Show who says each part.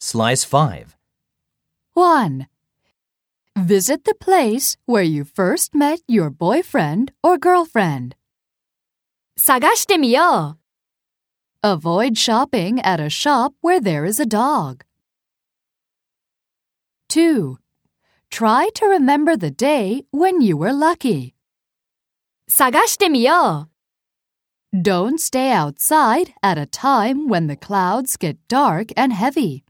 Speaker 1: Slice 5.
Speaker 2: 1. Visit the place where you first met your boyfriend or girlfriend. 探してみよう Avoid shopping at a shop where there is a dog. 2. Try to remember the day when you were lucky. 探してみよう Don't stay outside at a time when the clouds get dark and heavy.